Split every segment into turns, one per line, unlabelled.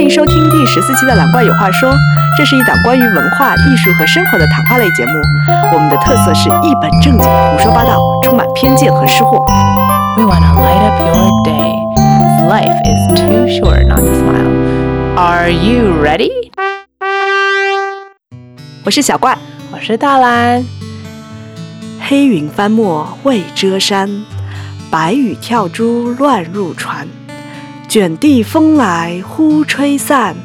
迎收听第十四期的《蓝怪有话说》，这是一档关于文化艺术和生活的谈话类节目。我们的特色是一本正经的胡说八道，充满偏见和失火。
We wanna light up your day. 'cause Life is too short not to smile. Are you ready？
我是小怪。
我是大蓝，
黑云翻墨未遮山，白雨跳珠乱入船。卷地风来忽吹散，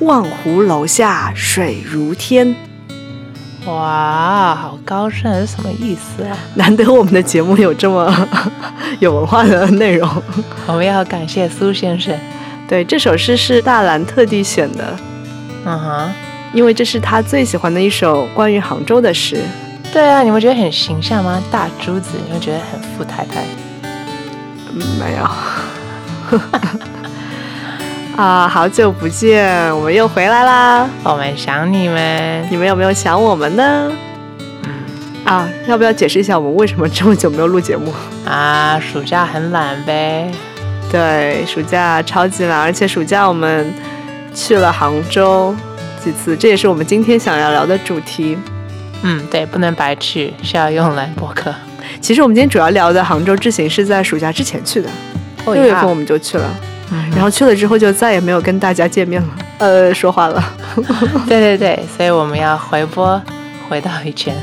望湖楼下水如天。
哇，好高深，什么意思啊？
难得我们的节目有这么 有文化的内容。
我们要感谢苏先生。
对，这首诗是大蓝特地选的，
嗯哼，
因为这是他最喜欢的一首关于杭州的诗。
对啊，你们觉得很形象吗？大珠子，你们觉得很富太太？
嗯，没有。 啊，好久不见，我们又回来啦！
我们想你们。
你们有没有想我们呢？啊，要不要解释一下我们为什么这么久没有录节目？
啊，暑假很懒呗。
对，暑假超级懒，而且暑假我们去了杭州几次，这也是我们今天想要聊的主题。
嗯，对，不能白去，是要用来播 客。
其实我们今天主要聊的杭州之行是在暑假之前去的，
哦
六月份我，们就去了，
嗯
然后去了之后就再也没有跟大家见面了，呃，说话了。
对对对，所以我们要回播，回到以前。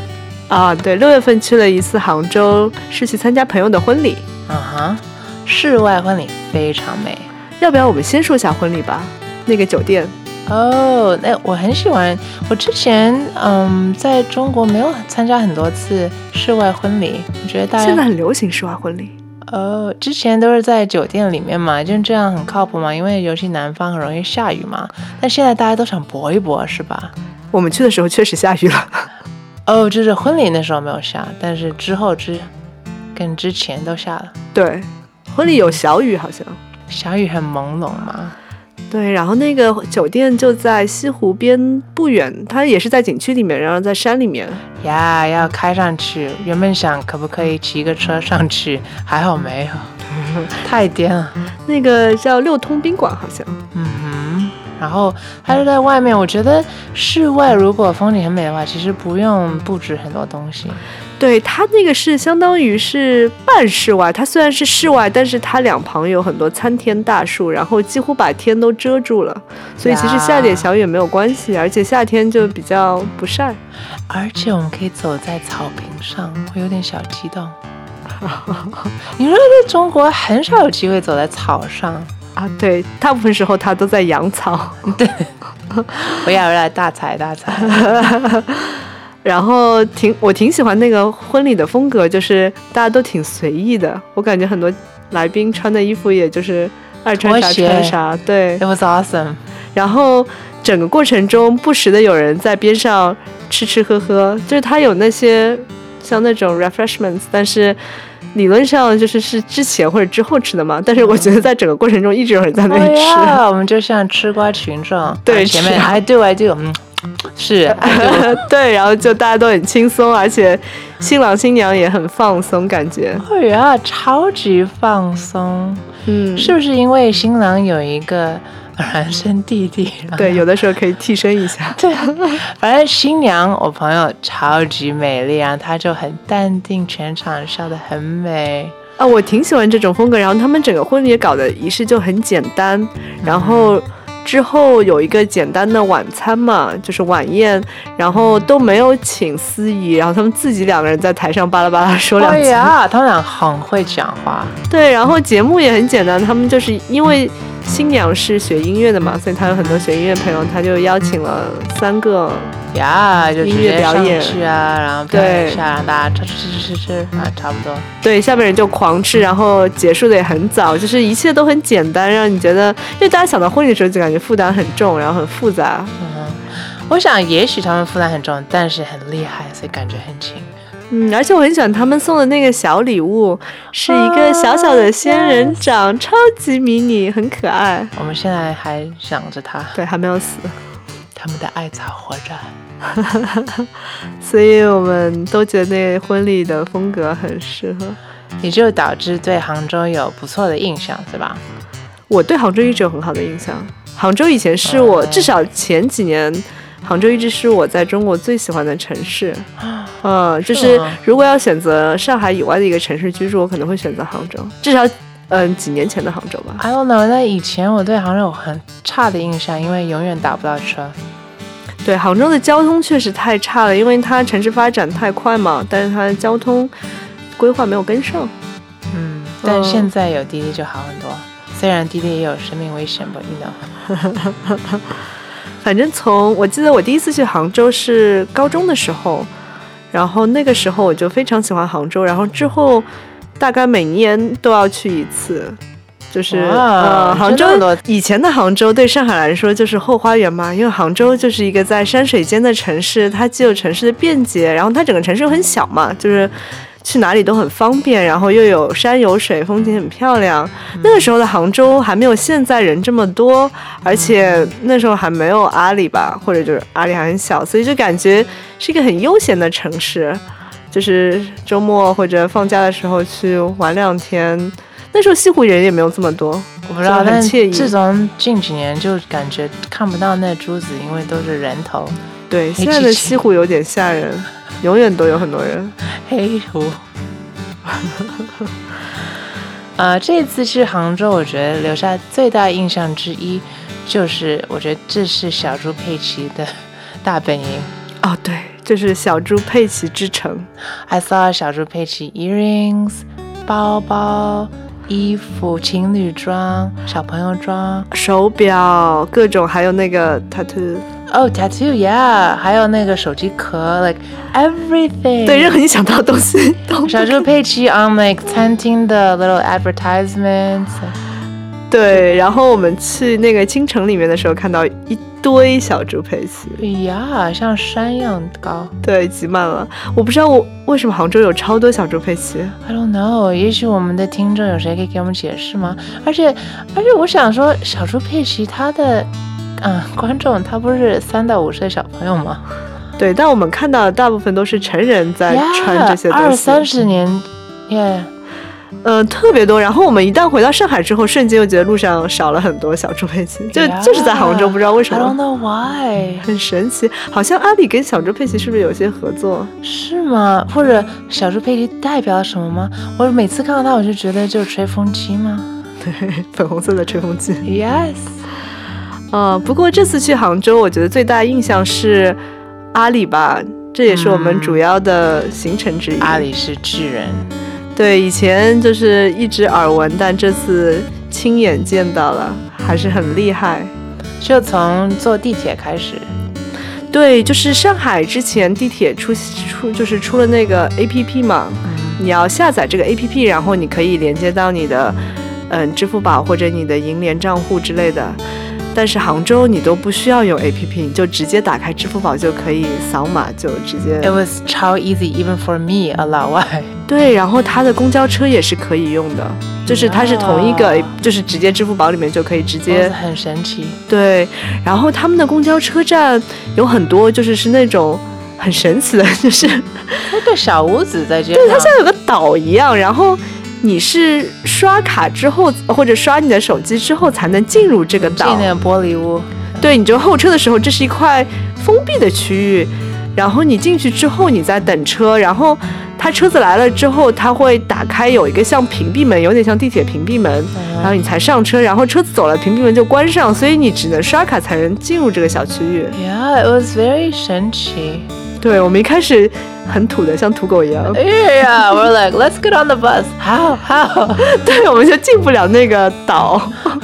啊，对，六月份去了一次杭州，是去参加朋友的婚礼。
嗯哼，室外婚礼非常美
要不要我们先说一下婚礼吧？那个酒店，
哦。那我很喜欢，我之前嗯在中国没有参加很多次室外婚礼，我觉得大
现在
家
很流行室外婚礼。
哦之前都是在酒店里面嘛，就这样很靠谱嘛，因为尤其南方很容易下雨嘛。但现在大家都想搏一搏，是吧？
我们去的时候确实下雨了，
哦，就是婚礼那时候没有下，但是之后之跟之前都下了，
对，婚礼有小雨好像。
小雨很朦胧嘛。
对，然后那个酒店就在西湖边不远，它也是在景区里面，然后在山里面。
呀要开上去。原本想可不可以骑个车上去，还好没 有，太颠了。
那个叫六通宾馆好像。
嗯哼，然后它就在外面。我觉得室外如果风景很美的话，其实不用布置很多东西。
对，它那个是相当于是半室外，它虽然是室外，但是它两旁有很多参天大树，然后几乎把天都遮住了，所以其实下点小雨也没有关系，而且夏天就比较不晒。
而且我们可以走在草坪上，我有点小激 动。你说在中国很少有机会走在草上，
啊，对，大部分时候它都在养草，
我要来大踩大踩。
然后挺我挺喜欢那个婚礼的风格，就是大家都挺随意的，我感觉很多来宾穿的衣服也就是爱穿啥
拖鞋
穿啥，对
It，was awesome。
然后整个过程中不时的有人在边上吃吃喝喝，就是他有那些像那种 refreshments，但是理论上就是是之前或者之后吃的嘛，但是我觉得在整个过程中一直有人 在那里吃。
嗯哎呀我们就像吃瓜群众，
对
啊前面
是
I do I do，嗯，是 I do，
对，然后就大家都很轻松，而且新郎新娘也很放松，感觉，
会员啊，超级放松，
嗯，
是不是因为新郎有一个 孪生弟弟？
对，有的时候可以替身一下。
对，反正新娘我朋友超级美丽啊，她就很淡定，全场笑得很美。
啊，我挺喜欢这种风格。然后他们整个婚礼搞的仪式就很简单，
嗯
然后之后有一个简单的晚餐嘛，就是晚宴，然
嗯
后都没有请司仪，然后他们自己两个人在台上巴拉巴拉说两
对
句。
呀，他们俩很会讲话，
对，然后节目也很简单，他们就是因为新娘是学音乐的嘛，所以她有很多学音乐朋友，她就邀请了三个。
呀，就直
音乐
接
表
上
演
去啊，然后表
对
演一下，让大家吃吃吃吃吃啊，差不多。
对，下面人就狂吃，然后结束的也很早，就是一切都很简单，让你觉得，因为大家想到婚礼的时候就感觉负担很重，然后很复杂，
嗯，我想也许他们负担很重，但是很厉害，所以感觉很轻。
嗯，而且我很喜欢他们送的那个小礼物，是一个小小的仙人掌超级迷你，很可爱。
我们现在还想着他，
对，还没有死，
他们的艾草活着。
所以我们都觉得那婚礼的风格很适合。
也就导致对杭州有不错的印象，对吧？
我对杭州一直有很好的印象，杭州以前是我至少前几年，杭州一直是我在中国最喜欢的城市。嗯，就是是
吗
如果要选择上海以外的一个城市居住，我可能会选择杭州，至少嗯几年前的杭州吧。
I don't know，那以前我对杭州有很差的印象，因为永远打不到车。
对，杭州的交通确实太差了，因为它城市发展太快嘛，但是它的交通规划没有跟上。
嗯，但
嗯
现在有滴滴就好很多，虽然滴滴也有生命危险吧，遇到。
反正从我记得我第一次去杭州是高中的时候，然后那个时候我就非常喜欢杭州，然后之后大概每年都要去一次。就是
哇
呃，杭州
真的吗
以前的杭州对上海来说就是后花园嘛，因为杭州就是一个在山水间的城市，它既有城市的便捷，然后它整个城市又很小嘛，就是去哪里都很方便，然后又有山有水，风景很漂亮。那个时候的杭州还没有现在人这么多，而且那时候还没有阿里吧，或者就是阿里还很小，所以就感觉是一个很悠闲的城市。就是周末或者放假的时候去玩两天，那时候西湖人也没有这么多，
我不知道，
真的
但
很惬意
自从近几年就感觉看不到那珠子，因为都是人头
对，
黑
现在的
漆漆
西湖有点吓人，永远都有很多人。
黑湖。 呃，这次去杭州，我觉得留下最大印象之一就是，我觉得这是小猪佩奇的大本营。
哦，对，就是小猪佩奇之城。
I saw 小猪佩奇 earrings、包包、衣服、情侣装、小朋友装，
手表，各种，还有那个 tattoo，
哦、tattoo，yeah，还有那个手机壳，like everything。
对，任何你想到的东西都
嗯小猪佩奇 on like 餐厅的 little advertisements。
对。然后我们去那个京城里面的时候，看到一堆小猪佩奇，
哎呀，像山一样高。
对，挤满了。我不知道我为什么杭州有超多小猪佩奇，
I don't know，也许我们的听众有谁可以给我们解释吗？而且，而且我想说，小猪佩奇他的，嗯，观众他不是三到五岁的小朋友吗？
对，但我们看到的大部分都是成人在穿这些东西，
二三十年，耶、
呃，特别多。然后我们一旦回到上海之后，瞬间又觉得路上少了很多小猪佩奇，就
Yeah
就是在杭州，不知道为什
I don't
么，
know why，
很神奇。好像阿里跟小猪佩奇是不是有些合作？
是吗？或者小猪佩奇代表了什么吗？我每次看到它，我就觉得就是吹风机吗
粉红色的吹风机。
？Yes，
呃，不过这次去杭州，我觉得最大印象是阿里吧，这也是我们主要的行程之一。
嗯阿里是巨人，
对，以前就是一直耳闻，但这次亲眼见到了，还是很厉害。
就从坐地铁开始。
对，就是上海之前地铁出出就是出了那个 A P P 嘛，
嗯
你要下载这个 A P P，然后你可以连接到你的嗯支付宝或者你的银联账户之类的。但是杭州你都不需要用 A P P，你就直接打开支付宝就可以扫码，就直接
，It was 超 easy even for me 啊，老外。
对。然后它的公交车也是可以用的，就是它是同一个
啊，
就是直接支付宝里面就可以直
真
接
是很神奇。
对，然后他们的公交车站有很多，就是是那种很神奇的，就是
那个小屋子在街上，对，它
像有个岛一样，然后你是刷卡之后，或者刷你的手机之后才能进入这个岛
进。那个玻璃屋，
对，你就候车的时候，这是一块封闭的区域，然后你进去之后，你再等车，然后他车子来了之后，他会打开有一个像屏蔽门，有点像地铁屏蔽门，然后
嗯
你才上车，然后车子走了，屏蔽门就关上，所以你只能刷卡才能进入这个小区域。
，Yeah，it was very 神奇。
对我们一开始很土的，像土狗一样，
Yeah, we're like, let's get on the bus. How? How?
对，我们就进不了那个岛。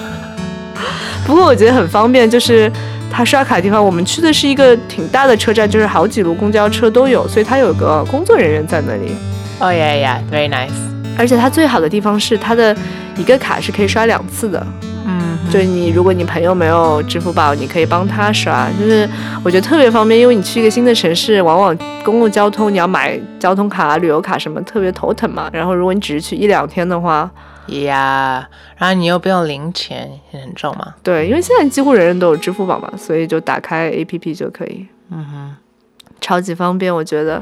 不过我觉得很方便，就是它刷卡的地方，我们去的是一个挺大的车站，就是好几路公交车都有，所以它有个工作人员在那里。
Oh yeah, yeah, very nice.
而且它最好的地方是它的一个卡是可以刷两次的，
嗯，
就是你如果你朋友没有支付宝，你可以帮他刷，就是我觉得特别方便，因为你去一个新的城市，往往公共交通你要买交通卡、旅游卡什么特别头疼嘛。然后如果你只是去一两天的话，
Yeah，然后你又不用零钱，也很重嘛。
对，因为现在几乎人人都有支付宝嘛，所以就打开 APP 就可以，
嗯哼，
超级方便，我觉得。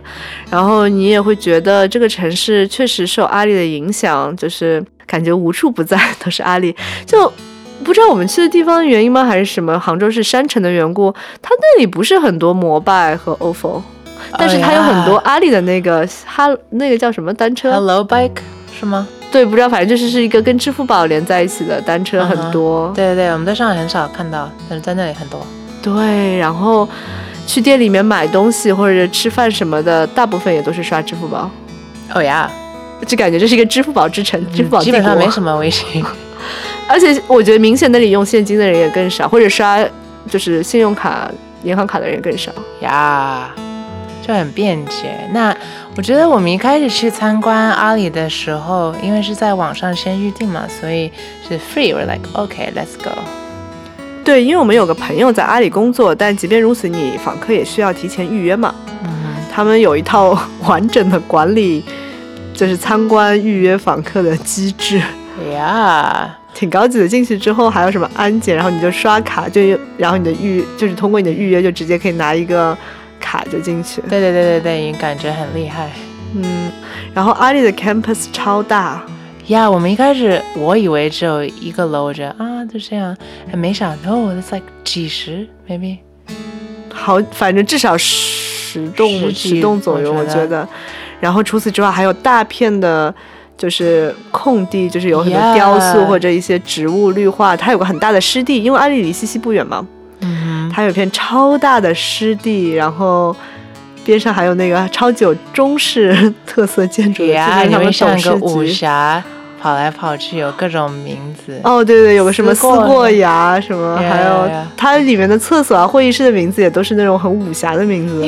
然后你也会觉得这个城市 确实受阿里的影响，就是感觉无处不在都是阿里。就不知道我们去的地方原因吗，还是什么？杭州是山城的缘故，它那里不是很多摩拜和 ofo，但是它有很多
哎
阿里的那个哈、那个叫什么单车？
Hello Bike 是吗？
对，不知道，反正就是是一个跟支付宝连在一起的单车
嗯哼
很多。
对对，我们在上海很少看到，但是在那里很多。
对，然后去店里面买东西或者吃饭什么的，大部分也都是刷支付宝，
哦呀，
就感觉这是一个支付宝之城，支付宝
基
帝
本上没
国。
什么微信。
而且我觉得明显那里用现金的人也更少，或者刷就是信用卡、银行卡的人也更少。
呀，就很便捷。那我觉得我们一开始去参观阿里的时候，因为是在网上先预定嘛，所以是 free。We're like OK, let's go。
对，因为我们有个朋友在阿里工作，但即便如此，你访客也需要提前预约嘛。
嗯，
他们有一套 完整的管理，就是参观预约访客的机制。
呀，
挺高级的。进去之后还有什么安检，然后你就刷卡，就然后你的预就是通过你的预约就直接可以拿一个卡就进去。
对对对对对，感觉很厉害。
嗯，然后阿里的 campus 超大，
呀、我们一开始我以为只有一个楼，我觉得啊就这样，还没想到 it's like 几十 maybe。
好，反正至少十栋
十几
十栋左右，
我
我
觉
觉
得
得。然后除此之外还有大片的。就是空地，就是有很多
Yeah
雕塑或者一些植物绿化它有个很大的湿地，因为阿里离西溪不远嘛，
嗯哼，
它有一片超大的湿地，然后边上还有那个超级有中式 特色建筑的，
呀、
就是
你
他
会
们
像
董
一个
事
武
局。
侠，跑来跑去，有各种名字。
哦，对对，有个什么
思
思
过
过崖什么，
Yeah,
还
yeah,
有
yeah.
它里面的厕所啊、会议室的名字也都是那种很武侠的名字。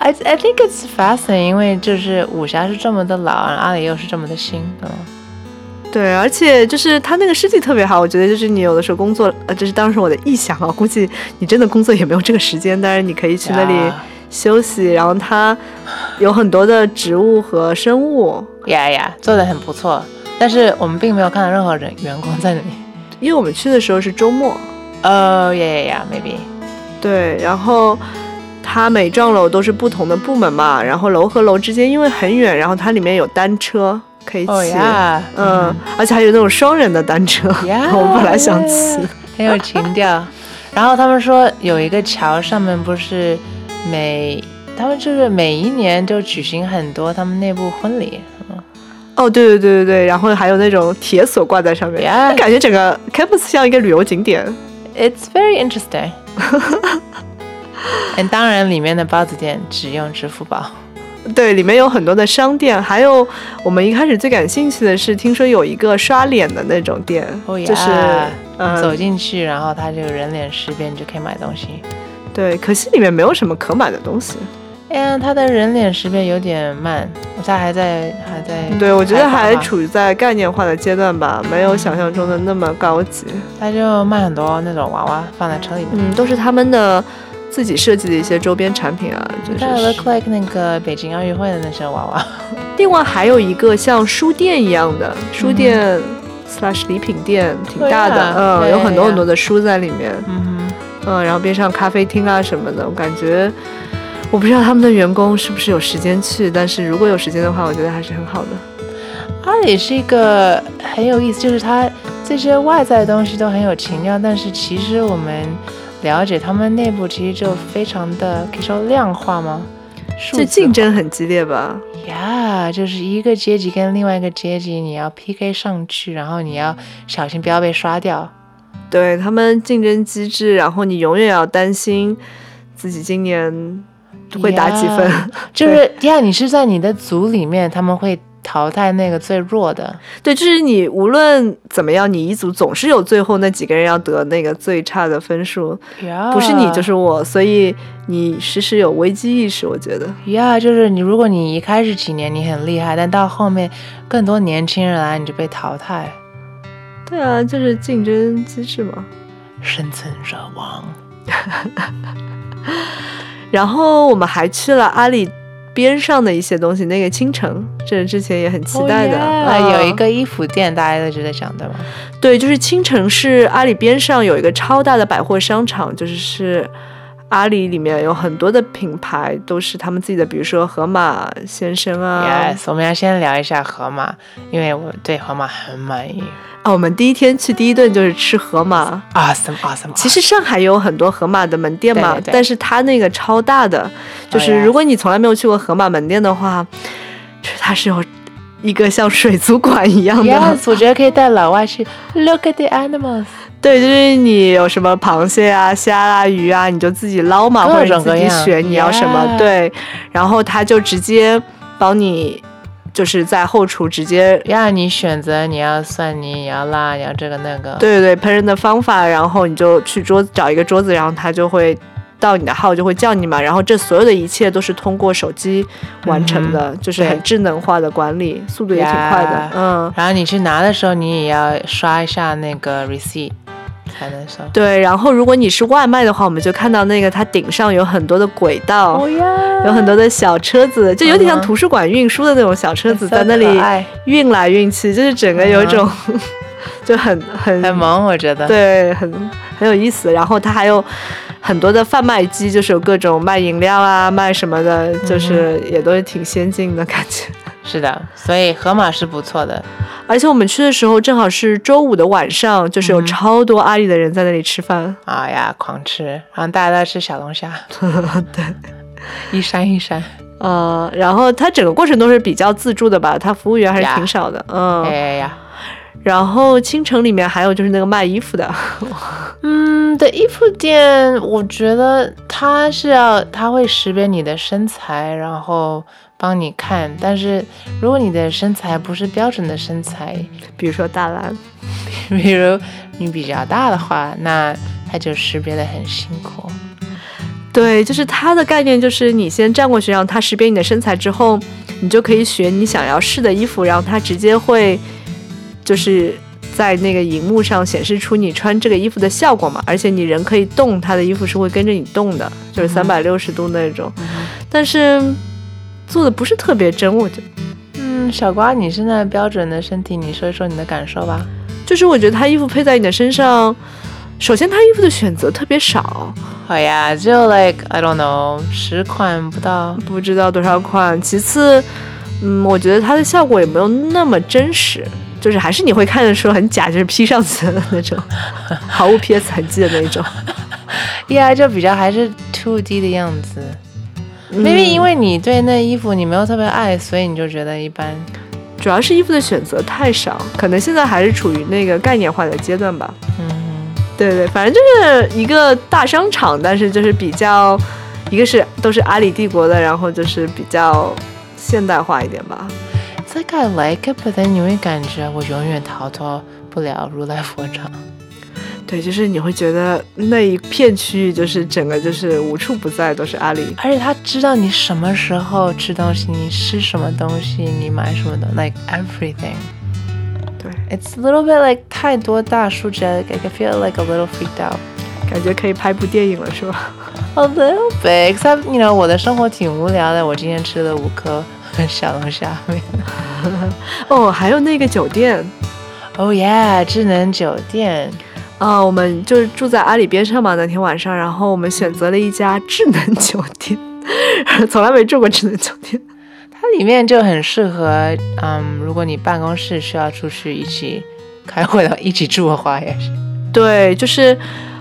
I I think it's fascinating，因为就是武侠是这么的老，然后阿里又是这么的新，嗯，
对，而且就是它那个湿地特别好，我觉得就是你有的时候工作，呃，这是当时我的臆想啊，估计你真的工作也没有这个时间，当然你可以去那里休息。然后它有很多的植物和生物，
呀呀，做的很不错，但是我们并没有看到任何人员工在那里。
因为我们去的时候是周末。
哦，呀呀呀，maybe，
对，然后它每幢楼都是不同的部门嘛，然后楼和楼之间因为很远，然后它里面有单车可以骑。
哦呀，
嗯，而且还有那种双人的单车
呀，
嗯我本来想骑。
很有情调。然后他们说有一个桥上面不是每，他们就是每一年就举行很多他们内部婚礼，
哦，对对对对对，然后还有那种铁锁挂在上面
Yeah
感觉整个 campus 像一个旅游景点。
It's very interesting 。嗯，当然，里面的包子店只用支付宝。
对，里面有很多的商店，还有我们一开始最感兴趣的是，听说有一个刷脸的那种店
哦呀，
就是嗯，
走进去，然后它就人脸识别，你就可以买东西。
对，可惜里面没有什么可买的东西。
哎呀，它的人脸识别有点慢，我它还在还在。
对，我觉得还
发吧
处于在概念化的阶段吧，没有想象中的那么高级。
它就卖很多那种娃娃放在车里面。
嗯，都是他们的自己设计的一些周边产品啊，就
它
是。
look like 那个北京奥运会的那些娃娃。
另外还有一个像书店一样的书店、slash 礼品店，挺大
嗯对啊
的，嗯，
对
有
呀
很
对呀
多很多的书在里面，
嗯
嗯，然后边上咖啡厅啊什么的，我感觉。我不知道他们的员工是不是有时间去，但是如果有时间的话，我觉得还是很好的。
哼，阿里是一个很有意思，就是它这些外在的东西都很有情调，但是其实我们了解他们内部其实就非常的可以说量化吗？数
就
字
竞争很激烈吧？
呀就是一个阶级跟另外一个阶级，你要 PK 上去，然后你要
嗯
小心不要被刷掉。
对他们竞争机制，然后你永远要担心自己今年会打几分。
呀就是呀，你是在你的组里面，他们会淘汰那个最弱的。
对，就是你无论怎么样，你一组总是有最后那几个人要得那个最差的分数，
呀
不是你就是我，所以你时时有危机意识，我觉得。
呀就是你，如果你一开始几年你很厉害，但到后面更多年轻人来，你就被淘汰，
对啊，就是竞争机制嘛。
生存者亡。
然后我们还去了阿里边上的一些东西，那个青城，这是之前也很期待的。
啊，
嗯
有一个衣服店，大家都觉得想对吗？
对，就是青城是阿里边上有一个超大的百货商场，就是是阿里里面有很多的品牌都是他们自己的，比如说盒马先生啊。
Yes，我们要先聊一下盒马，因为我对盒马很满意。
啊，我们第一天去第一顿就是吃盒马。
Awesome，Awesome awesome, awesome.
其实上海也有很多盒马的门店嘛，
对对对哎
但是它那个超大的，就是
呀
如果你从来没有去过盒马门店的话，就是它是有一个像水族馆一 样的。
Yes，我觉得可以带老外去 Look at the animals，
对，就是你有什么螃蟹啊、虾啊、鱼啊，你就自己捞嘛，
各
或者
种
你自己
各样
选你要什么。
Yeah
对，然后他就直接帮你，就是在后厨直接。
让你选择你要蒜泥，你要辣，你要这个那个。
对对对，烹饪的方法，然后你就去桌子找一个桌子，然后他就会到你的号，就会叫你嘛。然后这所有的一切都是通过手机完成的，就是
对
很智能化的管理，速度也挺快的
嗯 Yeah。
嗯，
然后你去拿的时候，你也要刷一下那个 receipt 才能收。
对。然后如果你是外卖的话，我们就看到那个它顶上有很多的轨道，
哦呀
有很多的小车子，就有点像
嗯哼
图书馆运输的那种小车子，在那里运来运去，就是整个有一种、
嗯
就很很
很萌，我觉得。
对，很很有意思。然后它还有很多的贩卖机，就是有各种卖饮料啊、卖什么的，
嗯
就是也都是挺先进的感觉。
是的，所以盒马是不错的。
而且我们去的时候正好是周五的晚上，就是有
嗯
超多阿里的人在那里吃饭。
哎呀，狂吃，然后大家都吃小龙虾， 对，一山一山。
呃，然后它整个过程都是比较自助的吧，它服务员还是
呀
挺少的。嗯，
哎呀呀，
然后青城里面还有就是那个卖衣服的，
嗯，的衣服店，我觉得它是要，它会识别你的身材，然后帮你看。但是如果你的身材不是标准的身 材，
比如说大蓝，
比如你比较大的话，那它就识别的很辛苦。
对，就是它的概念就是你先站过去，让它识别你的身材之后，你就可以选你想要试的衣服，然后它直接会就是在那个荧幕上显示出你穿这个衣服的效果嘛，而且你人可以动，它的衣服是会跟着你动的，就是三百六十度那种，但是做的不是特别真，我觉得。
嗯，小瓜，你现在标准的身体，你说一说你的感受吧。
就是我觉得它衣服配在你的身上，首先它衣服的选择特别少，
好哦呀，就 like I don't know，十款不到。
不知道多少款。其次，嗯，我觉得它的效果也没有那么真实，就是还是你会看着说很假，就是披上去的那种，毫无 PS 痕迹的那 种。
Yeah，就比较还是 two D 的样子。
嗯
Maybe 因为你对那衣服你没有特别爱，所以你就觉得一般。
主要是衣服的选择太少，可能现在还是处于那个概念化的阶段吧。
嗯，
对对，反正就是一个大商场，但是就是比较，一个是都是阿里帝国的，然后就是比较现代化一点吧。
It's like I like it，but then 你会感觉我永远逃脱不了如来佛掌。
对，就是你会觉得那一片区域就是整个就是无处不在都是阿里。
而且他知道你什么时候吃东西，你吃什么东西，你买什么的，like everything。
对，
It's a little bit like 太多大数据，like I feel like a little freaked out。
感觉可以拍部电影了，是吧？
A little bit, except you know，我的生活挺无聊的。我今天吃了五颗小龙虾面。
哦，还有那个酒店
Oh yeah，智能酒店。
啊、我们就是住在阿里边上嘛，那天晚上，然后我们选择了一家智能酒店，从来没住过智能酒店。
它里面就很适合，嗯，如果你办公室需要出去一起开会的，一起住的话也是。
对，就是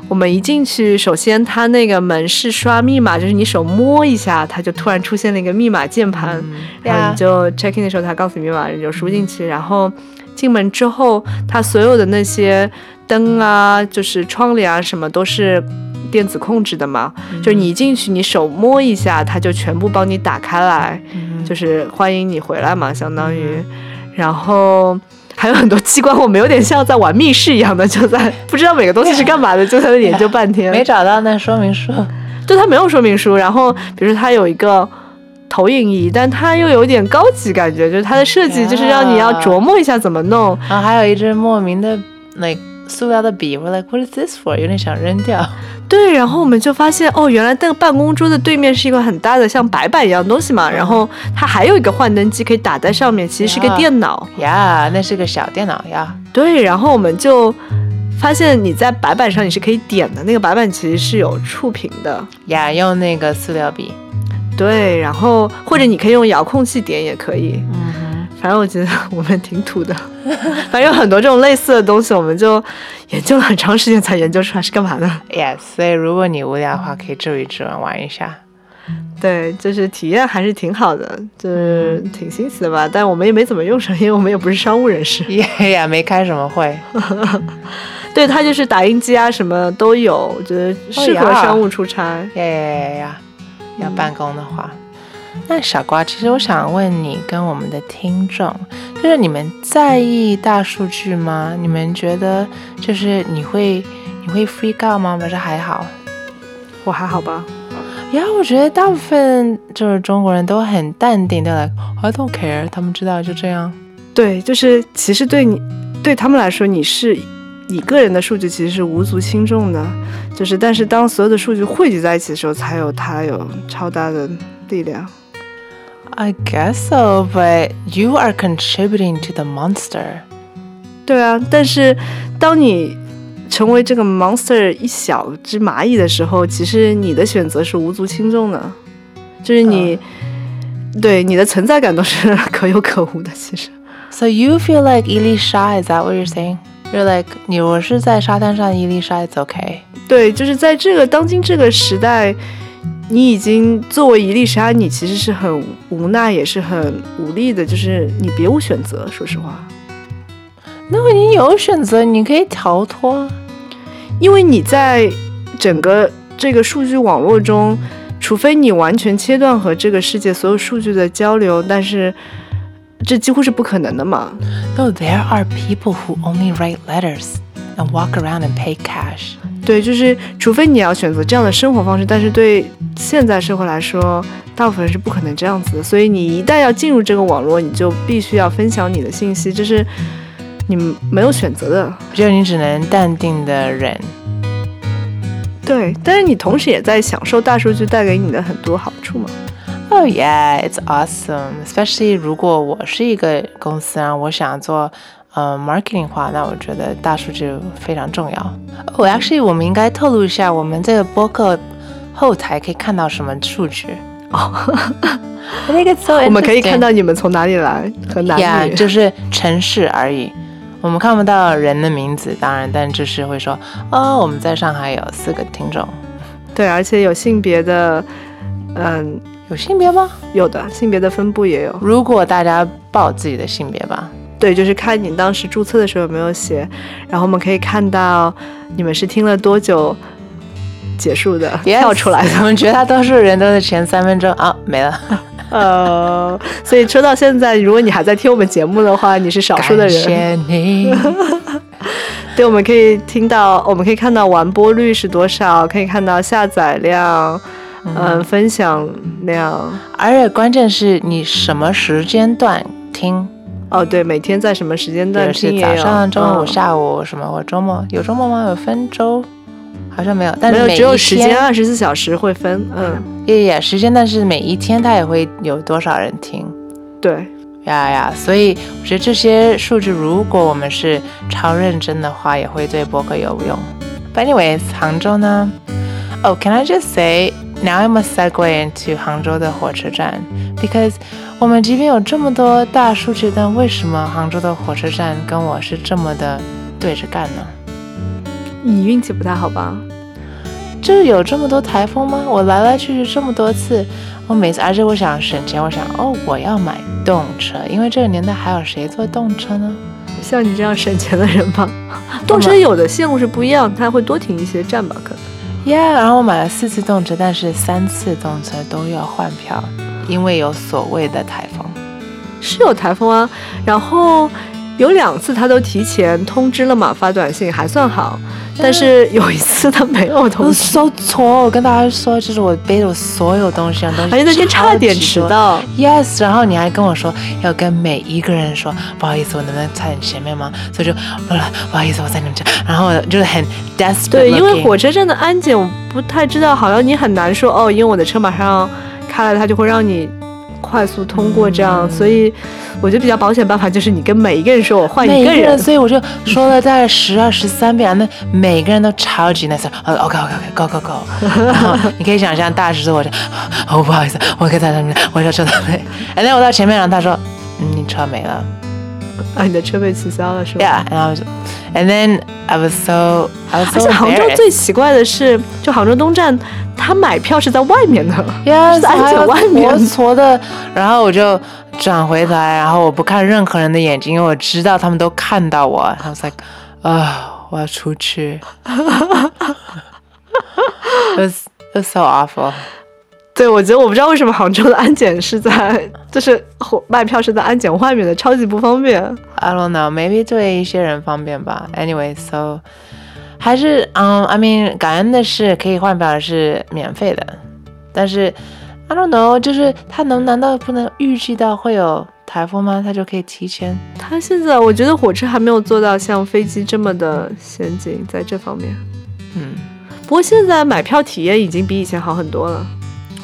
我们一进去，首先它那个门是刷密码，就是你手摸一下，它就突然出现了一个密码键盘，
嗯
然后
呀
你就 check in 的时候，它告诉你密码，你就输进去，然后进门之后，它所有的那些灯啊，就是窗帘啊，什么都是。电子控制的嘛，就是你一进去，你手摸一下，它就全部帮你打开来，
嗯
就是欢迎你回来嘛，相当于，然后还有很多机关，我们有点像在玩密室一样的，就在不知道每个东西是干嘛的，就在那里研究半天。
嗯没找到那说明书。
对，它没有说明书。然后比如说它有一个投影仪，但它又有点高级感觉，就是它的设计就是让你要琢磨一下怎么弄。
然后还有一支莫名的，like 塑料的笔，我 like what is this for？有点想扔掉。
对，然后我们就发现哦，原来那个办公桌的对面是一个很大的像白板一样的东西嘛，然后它还有一个幻灯机可以打在上面，其实是个
呀
电脑。嗯
呀、那是个小电脑呀。
对，然后我们就发现你在白板上你是可以点的，那个白板其实是有触屏的，
呀，用那个塑料笔，
对，然后或者你可以用遥控器点也可以，
嗯哼，
反正我觉得我们挺土的， 反正有很多这种类似的东西，我们就研究了很长时间才研究出来是干嘛的。
呀，所以如果你无聊的话，可以周一周玩玩一下。
对，就是体验还是挺好的，就是挺新奇的吧。但我们也没怎么用上，因为我们也不是商务人士。
也呀，没开什么会，
对，它就是打印机啊，什么都有，我觉得适合
哎呀
商务出差。
呀呀呀呀，要办公的话。那傻瓜，其实我想问你跟我们的听众，就是你们在意大数据吗？你们觉得就是你会你会 free out 吗？还是还好？
我还好吧，
呀，我觉得大部分就是中国人都很淡定的来，I don't care，他们知道就这样。
对，就是其实对你对他们来说，你是以个人的数据其实是无足轻重的，就是但是当所有的数据汇集在一起的时候，才有它有超大的力量。
I guess so, but you are contributing to the monster.
对啊，但是当你成为这个 monster 一小只蚂蚁的时候，其实你的选择是无足轻重的，就是你、对你的存在感都是可有可无的。其实，
So you feel like Elisha? Is that what you're saying? You're like 你我是在沙滩上，伊丽莎 It's okay.
对，就是在这个当今这个时代，你已经作为一粒沙，你其实是很无奈，也是很无力的，就是你别无选择。说实话，
那你有选择，你可以逃脱。
因为你在整个这个数据网络中，除非你完全切断和这个世界所有数据的交流，但是这几乎是不可能的嘛。
No, there are people who only write letters and walk around and pay cash.
对，就是除非你要选择这样的生活方式，但是对现在社会来说，大部分人是不可能这样子的。所以你一旦要进入这个网络，你就必须要分享你的信息，这是你没有选择的。
只有你只能淡定的忍。
对，但是你同时也在享受大数据带给你的很多好处嘛。
Oh yeah, it's awesome. Especially 如果我是一个公司，然后我想做呃 marketing 的话，那我觉得大数据非常重要。我、oh, actually 我们应该透露一下，我们这个播客后台可以看到什么数据 哦。那个 so
我们可以
interesting
看到你们从哪里来和哪里。
呀就是城市而已。我们看不到人的名字，当然，但就是会说，哦，我们在上海有四个听众，
对，而且有性别的，嗯，
有性别吗？
有的性别的分布也有。
如果大家报自己的性别吧，
对，就是看你当时注册的时候有没有写，然后我们可以看到你们是听了多久结束的
Yes，
跳出来的。
我们绝大多数人都是前三分钟啊没了，
呃，所以说到现在，如果你还在听我们节目的话，你是 少数的
感
人。
谢 你。
对，我们可以听到，我们可以看到完播率是多少，可以看到下载量，嗯、分享量。
而且关键是你什么时间段听，
哦，对，每天在什么时间
比
段
如
听
是
也
早
有
上、中午、
嗯
下午什么，或周末有周末吗？有分周，好像没有，但
没
是
有，
每
只有
一
时
天
间二十四小时会分。嗯，
也也时间，但是每一天它也会有多少人听
对，
呀呀，所以我觉得这些数据，如果我们是超认真的话，也会对博客有用。But anyways，杭州呢？Oh, can I just say now I must segue into 杭州的火车站，because 我们即便有这么多大数据，但为什么杭州的火车站跟我是这么的对着干呢？
你运气不太好吧？
这有这么多台风吗？我来来去去这么多次，我每次，而且我想省钱，我想哦，我要买动车，因为这个年代还有谁坐动车呢？
像你这样省钱的人 吗？动车有的线路是不一样，它会多停一些站吧，可能。
yeah,，然后我买了四次动车，但是三次动车都要换票，因为有所谓的台风。
是有台风啊，然后有两次他都提前通知了嘛，发短信还算好，但是有一次他没有
我
通知，
收错，我跟大家说，就是我背着我所有东西，东西，
而且那天差点迟。到。
Yes，然后你还跟我说要跟每一个人说，不好意思，我能不能在你前面吗？所以就不了，不好意思，我在你们家。然后我就是很 desperate。
对，因为火车站的安检我不太知道，好像你很难说哦，因为我的车马上开了，它就会让你快速通过这样，所以我觉得比较保险办法就是你跟每一个人说我换
每
啊一个
个
人
人，，所以我就说了大概十二、十三遍，那每个人都超级 nice。呃，OK OK OK go go go。然后你可以想象大师说我说， 哦不好意思，我可以在上面，我要车到没。哎，那我到前面，然后他说，嗯，你车没了。
啊，你的车被取消了是吧
Yeah, and I was, and then I was so, I
而
was so
且杭州
embarrassed.
最奇怪的是，就杭州东站，他买票是在外面的，
yes，
在
还
走
有
外面
搓搓的，然后我就转回来，然后我不看任何人的眼睛，因为我知道他们都看到我。然后 was like，啊、我要出去。it was it was so awful。
对，我觉得我不知道为什么杭州的安检是在，就是火卖票是在安检外面的，超级不方便。
I don't know, maybe 对一些人方便吧。Anyway, so 还是嗯、i mean 感恩的是可以换票是免费的，但是 I don't know，就是他能难道不能预计到会有台风吗？他就可以提前。
它现在我觉得火车还没有做到像飞机这么的先进，在这方面。
嗯
不过现在买票体验已经比以前好很多了，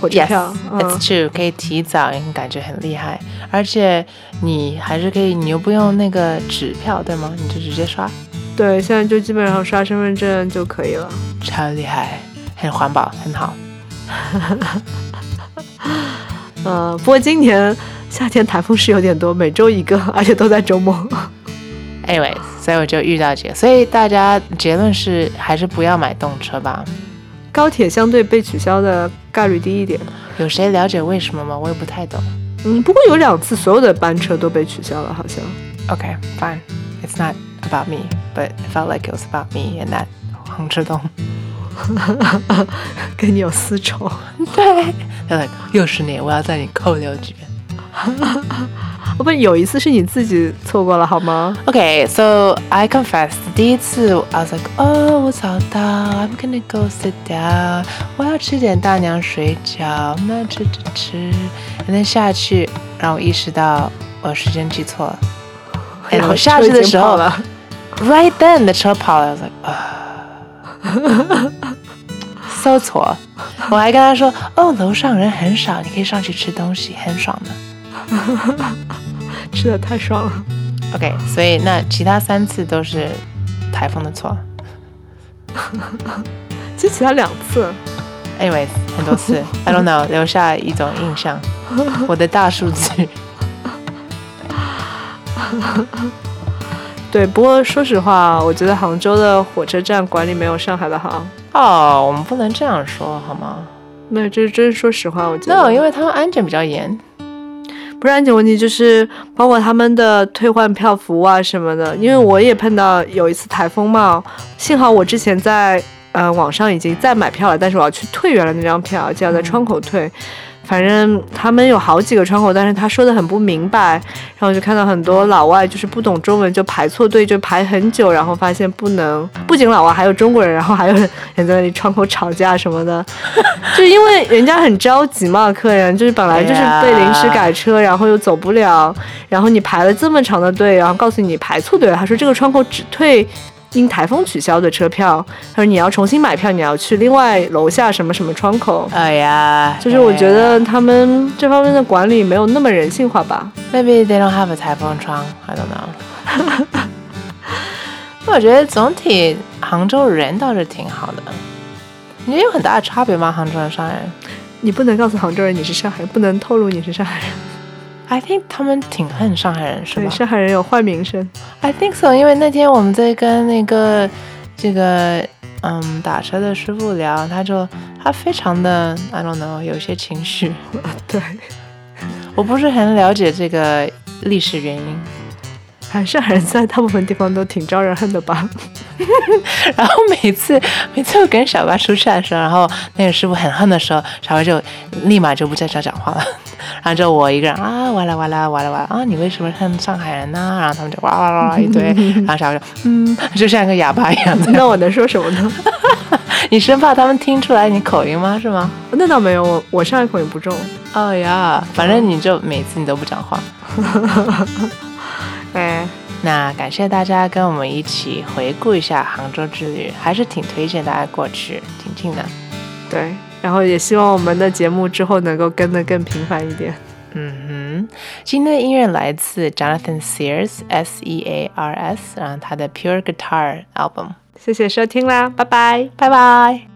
火车
，Yes,
票，嗯
it's，true，可以提早，你感觉很厉害，而且你还是可以，你又不用那个纸票对吗？你就直接刷，
对，现在就基本上刷身份证就可以了。
超厉害，很环保，很好。
嗯，不过今年夏天台风是有点多，每周一个，而且都在周末。
Anyway，所以我就遇到这个，所以大家结论是还是不要买动车吧。
高铁相对被取消的概率低一点。
有谁了解为什么吗？我也不太懂。
嗯，不过有两次所有的班车都被取消了，好像。
OK，fine，it's、not about me，but it felt like it was about me and that 黄志东。
跟你有私仇。 哦
对，They're like 又是你，我要在你扣留几遍。
哦，不，有一次是你自己错过了，好吗？
Okay，so I confess，第一次 I was like，哦，我找到，I'm gonna go sit down，我要吃点大娘水饺，那吃吃吃，and then 下去，让我意识到我时间记错了。哎，
然后
我下
车
去
已
的
经
时
跑
候
了，
，right then 的车跑了，I was like，啊、"Oh， 搜错，我还跟他说，哦，楼上人很少，你可以上去吃东西，很爽的。
吃的太爽了。
OK，所以那其他三次都是台风的错。
其实其他两次，
Anyways，很多 次，I don't know，留下一种印象。我的大数据，
对。不过说实话，我觉得杭州的火车站管理没有上海的好。
哦，我们不能这样说好吗
没有，这是真是说实话，我觉得。
？No，因为他们安检比较严。
不然安检问题就是包括他们的退换票服务啊什么的。因为我也碰到有一次台风嘛，幸好我之前在呃网上已经在买票了，但是我要去退原来那张票，就要在窗口退。反正他们有好几个窗口，但是他说的很不明白，然后就看到很多老外就是不懂中文就排错队，就排很久，然后发现不能， 不仅老外还有中国人，然后还有人在那里窗口吵架什么的， 就因为人家很着急嘛，客人就是本来就是被临时改车，然后又走不了，然后你排了这么长的队，然后告诉你你排错队了，他说这个窗口只退。因台风取消的车票，他说你要重新买票，你要去另外楼下什么什么窗口。
哎呀，
就是我
哎呀
觉得他们这方面的管理没有那么人性化吧。
Maybe they don't have a 台风窗，I don't know 。我觉得总体杭州人倒是挺好的，你觉得有很大的差别吗？杭州人、上海人
你不能告诉杭州人你是上海人，不能透露你是上海人。
？I think 他们挺恨上海人，是
对，
吧？
上海人有坏名声。
I think so，因为那天我们在跟那个这个嗯打车的师傅聊，他就他非常的 I don't know，有些情绪，
对，
我不是很了解这个历史原因。
哎，上海人在大部分地方都挺招人恨的吧？
然后每次每次我跟小巴出去的时候，然后那个师傅很恨的时候，小巴就立马就不再这讲话了。 然后就我一个人啊，哇啦哇啦哇啦哇啦啊，你为什么恨上海人呢、然后他们就哇哇哇哇一堆，然后小巴就嗯，就像个哑巴一样 的。
那我能说什么呢？
你生怕他们听出来你口音吗？是吗？
那倒没有，我我上海口音不重。
哎呀，反正你就每次你都不讲话。
哎，
那感谢大家跟我们一起回顾一下杭州之旅，还是挺推荐大家过去听听的。
对，然后也希望我们的节目之后能够跟得更频繁一点。
嗯，今天的音乐来自 Jonathan Sears S E A R S，然后他的 Pure Guitar Album。
谢谢收听啦，拜拜。
拜拜。